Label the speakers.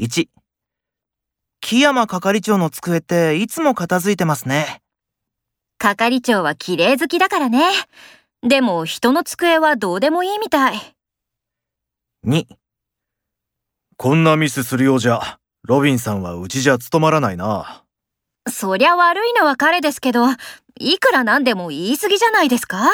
Speaker 1: 1木山係長の机っていつも片付いてますね。
Speaker 2: 係長は綺麗好きだからね。でも人の机はどうでもいいみたい。
Speaker 1: 2
Speaker 3: こんなミスするようじゃ、ロビンさんはうちじゃ務まらないな。
Speaker 2: そりゃ悪いのは彼ですけど、いくらなんでも言い過ぎじゃないですか